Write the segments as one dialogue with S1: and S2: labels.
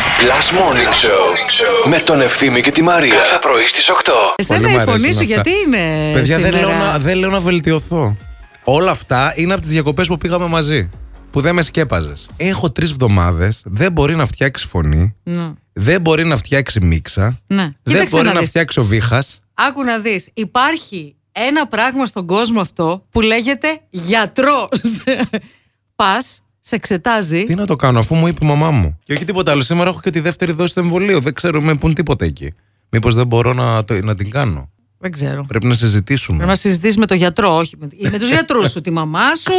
S1: Last Morning Show με τον Ευθύμη και τη Μαρία. Κάθε πρωί στις 8.
S2: Πολύ
S3: Εσένα
S2: μ'
S3: η
S2: αρέσουν
S3: φωνή σου
S2: αυτά.
S3: γιατί είναι
S2: Παιδιά, δεν
S3: Ε, σήμερα?
S2: λέω, να, δεν λέω να βελτιωθώ. Όλα αυτά είναι από τις διακοπές που πήγαμε μαζί. Που δεν με σκέπαζες. Έχω τρεις εβδομάδε, δεν μπορεί να φτιάξεις φωνή,
S3: Ναι.
S2: δεν μπορεί να φτιάξει μίξα,
S3: Ναι.
S2: δεν
S3: Κοίταξε
S2: μπορεί
S3: να,
S2: να
S3: δεις.
S2: φτιάξει ο βήχας.
S3: Άκου να δεις. Υπάρχει ένα πράγμα στον κόσμο αυτό που λέγεται γιατρός. Πας, σε εξετάζει.
S2: Τι να το κάνω, αφού μου είπε η μαμά μου. Και όχι τίποτα άλλο. Σήμερα έχω και τη δεύτερη δόση του εμβολίου. Δεν ξέρω, με πουν τίποτα εκεί. Μήπως δεν μπορώ να, το, να την κάνω.
S3: Δεν ξέρω.
S2: Πρέπει να συζητήσουμε.
S3: Πρέπει να συζητήσεις με τον γιατρό, όχι με, με τους γιατρούς σου, τη μαμά σου.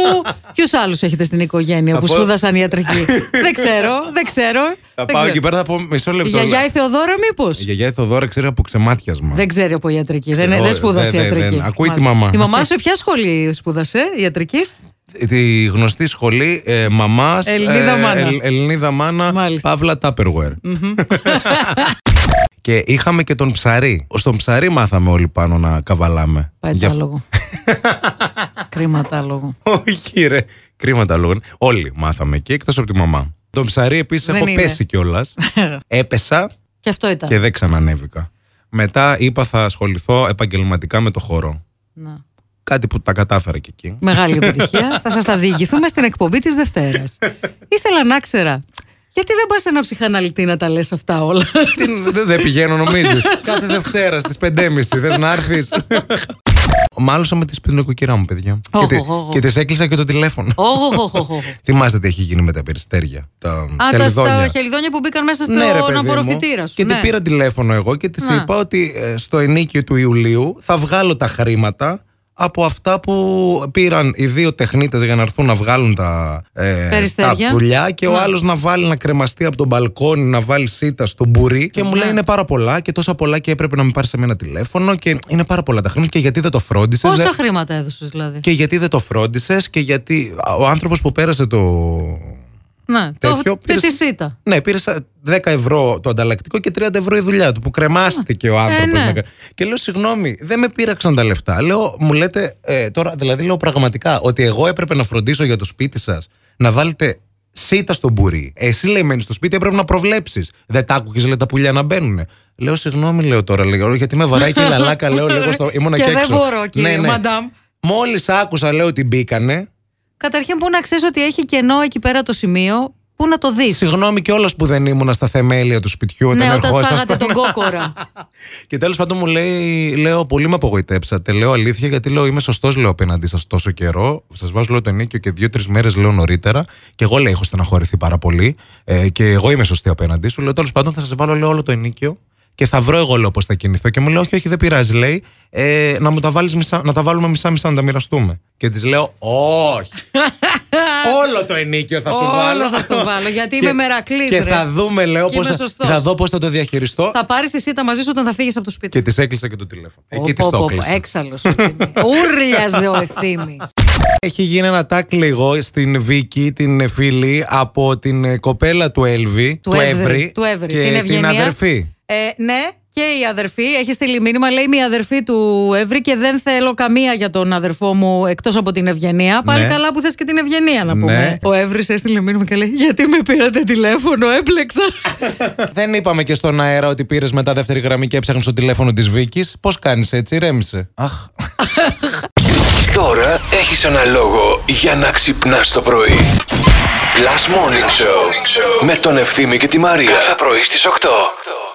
S3: Ποιου άλλου έχετε στην οικογένεια που
S2: πω-
S3: σπούδασαν ιατρική. δεν ξέρω, δεν ξέρω.
S2: Θα
S3: δεν
S2: πάω
S3: ξέρω.
S2: εκεί πέρα, θα πω μισό
S3: Η
S2: λεπτό.
S3: γιαγιά η Θεοδώρα, μήπως.
S2: Η γιαγιά η Θοδώρα ξέρει από ξεμάτιασμα.
S3: Δεν ξέρει από ιατρική. Δεν,
S2: Ξέρω,
S3: δεν σπούδασε
S2: δεν- δεν- δεν.
S3: ιατρική.
S2: ναι, Ακούει τη
S3: Μάλιστα.
S2: μαμά.
S3: Η μαμά σου ποια σχολή σπούδασε ιατρικής.
S2: τη γνωστή σχολή ε, μαμάς.
S3: Ελληνίδα μάνα.
S2: Ελληνίδα μάνα.
S3: Μάλιστα.
S2: Παύλα Tupperware. και είχαμε και τον ψαρί. Στον ψαρί μάθαμε όλοι πάνω να καβαλάμε.
S3: Πάει
S2: Γι'
S3: τα
S2: αυτό-
S3: λόγο. Κρίμα τα λόγο.
S2: Όχι, ρε. Κρίμα τα λόγια. Όλοι μάθαμε εκεί, εκτός από τη μαμά. Τον ψαρί επίσης
S3: Δεν
S2: έχω
S3: είναι.
S2: πέσει κιόλας. Έπεσα
S3: Και αυτό ήταν.
S2: και δεν ξανανέβηκα. Μετά είπα θα ασχοληθώ επαγγελματικά με το χώρο.
S3: Να.
S2: Κάτι που τα κατάφερα και εκεί.
S3: Μεγάλη επιτυχία. Θα σας τα διηγηθούμε στην εκπομπή της Δευτέρας. Ήθελα να ξέρα. Γιατί δεν πας ένα ψυχαναλυτή να τα λες αυτά όλα.
S2: Τι- Δεν δεν πηγαίνω, νομίζεις. Κάθε Δευτέρα στις 5.30 θες να έρθεις. Μάλωσα με τη σπινοκοκυρά μου, παιδιά.
S3: Οχ,
S2: Και τη-
S3: οχ, οχ.
S2: Και της έκλεισα και το τηλέφωνο.
S3: Οχοχοχοχο.
S2: Θυμάστε τι έχει γίνει με τα περιστέρια. Τα
S3: Α, τα, τα
S2: χελιδόνια.
S3: χελιδόνια που μπήκαν μέσα στον
S2: Ναι, ρε, παιδί
S3: απορροφητήρα
S2: μου.
S3: σου.
S2: Και την
S3: ναι.
S2: πήρα τηλέφωνο εγώ και τη
S3: Να.
S2: είπα ότι ε, στο ενίκιο του Ιουλίου θα βγάλω τα χρήματα από αυτά που πήραν οι δύο τεχνίτες για να έρθουν να βγάλουν τα, ε, τα
S3: Περιστέρια. Ναι.
S2: πουλιά και ο άλλος να βάλει να κρεμαστεί από τον μπαλκόνι, να βάλει σίτα στο μπουρί και μου
S3: Ναι.
S2: λέει είναι πάρα πολλά και τόσα πολλά και έπρεπε να με πάρεις σε μένα τηλέφωνο και είναι πάρα πολλά τα χρήματα και γιατί δεν το φρόντισες
S3: Πόσα
S2: δεν-
S3: χρήματα έδωσες δηλαδή.
S2: και γιατί δεν το φρόντισες και γιατί ο άνθρωπος που πέρασε το,
S3: Ναι,
S2: τέτοιο,
S3: το,
S2: πήρες-
S3: τη σίτα.
S2: ναι, πήρες σα- 10 ευρώ το ανταλλακτικό και 30 ευρώ η δουλειά του που κρεμάστηκε ο άνθρωπος.
S3: ναι.
S2: Και λέω, συγγνώμη, δεν με πήραξαν τα λεφτά. Λέω, μου λέτε ε, τώρα, δηλαδή λέω πραγματικά ότι εγώ έπρεπε να φροντίσω για το σπίτι σας να βάλετε σίτα στο μπουρί. Εσύ λέει μένεις στο σπίτι, έπρεπε να προβλέψεις. Δεν τα άκουγες, λέει τα πουλιά να μπαίνουν. Λέω, συγγνώμη, λέω τώρα, λέω, γιατί με βαράει και η λαλάκα, λέω, λίγο στο. Ήμουνα
S3: και,
S2: και,
S3: δεν
S2: έξω.
S3: μπορώ, κύριε
S2: ναι, ναι.
S3: μαντάμ.
S2: Μόλις άκουσα, λέω ότι μπήκανε,
S3: Καταρχήν, πού να ξέρεις ότι έχει κενό εκεί πέρα το σημείο, πού να το δεις.
S2: Συγγνώμη κιόλας που δεν ήμουνα στα θεμέλια του σπιτιού όταν
S3: Ναι, όταν
S2: ερχόσασταν.
S3: σφάγατε τον κόκορα.
S2: Και τέλος πάντων μου λέει, λέω, πολύ με απογοητέψατε. Λέω αλήθεια, γιατί λέω, είμαι σωστός, λέω απέναντί σας τόσο καιρό. Σας βάζω λέω, το νίκιο και δύο-τρει μέρες λέω νωρίτερα. Και εγώ λέω, έχω στεναχωρηθεί πάρα πολύ. Ε, και εγώ είμαι σωστή απέναντί σου. Λέω, τέλος πάντων, θα σας βάλω λέω, όλο το ενίκιο και θα βρω εγώ λέω πώς θα κινηθώ. Και μου λέει, Όχι, όχι, δεν πειράζει, λέει, ε, να, μου τα βάλεις μισά, να τα βάλουμε μισά-μισά να τα μοιραστούμε. Και της λέω, Όχι. όλο το ενίκιο θα σου
S3: Όλο
S2: βάλω.
S3: θα στο βάλω, γιατί
S2: Και-
S3: είμαι μερακλής,
S2: Και
S3: ρε.
S2: θα δούμε, λέω,
S3: Και
S2: πώς
S3: είμαι
S2: θα,
S3: σωστός.
S2: θα δω πώς θα το διαχειριστώ.
S3: θα πάρεις τη σίτα μαζί σου όταν θα φύγεις από το σπίτι.
S2: Και της έκλεισα και το τηλέφωνο. Εκεί της το έκλεισα.
S3: Έξαλλος. Ούρλιαζε ο ευθύνη.
S2: Έχει γίνει ένα τάκ λίγο στην Βίκη, την φίλη, από την ε, κοπέλα του Έλβη, του, Εύρη,
S3: Του Εύρη.
S2: και
S3: την Ευγενία.
S2: αδερφή.
S3: Ε, ναι, και η αδερφή. Έχει στείλει μήνυμα. Λέει η αδερφή του Εύρη και δεν θέλω καμία για τον αδερφό μου εκτός από την Ευγενία. Πάλι
S2: Ναι.
S3: καλά που θες και την Ευγενία να
S2: Ναι.
S3: πούμε. Ο Εύρης έστειλε μήνυμα και λέει: Γιατί με πήρατε τηλέφωνο, έπλεξα.
S2: Δεν είπαμε και στον αέρα ότι πήρες μετά δεύτερη γραμμή και έψαχνες το τηλέφωνο της Βίκης. Πώς κάνεις έτσι, ρέμισε. Αχ.
S1: Τώρα έχεις ένα λόγο για να ξυπνάς το πρωί. Last Morning Show με τον Ευθύμη και τη Μαρία. Κάθε πρωί στις 8.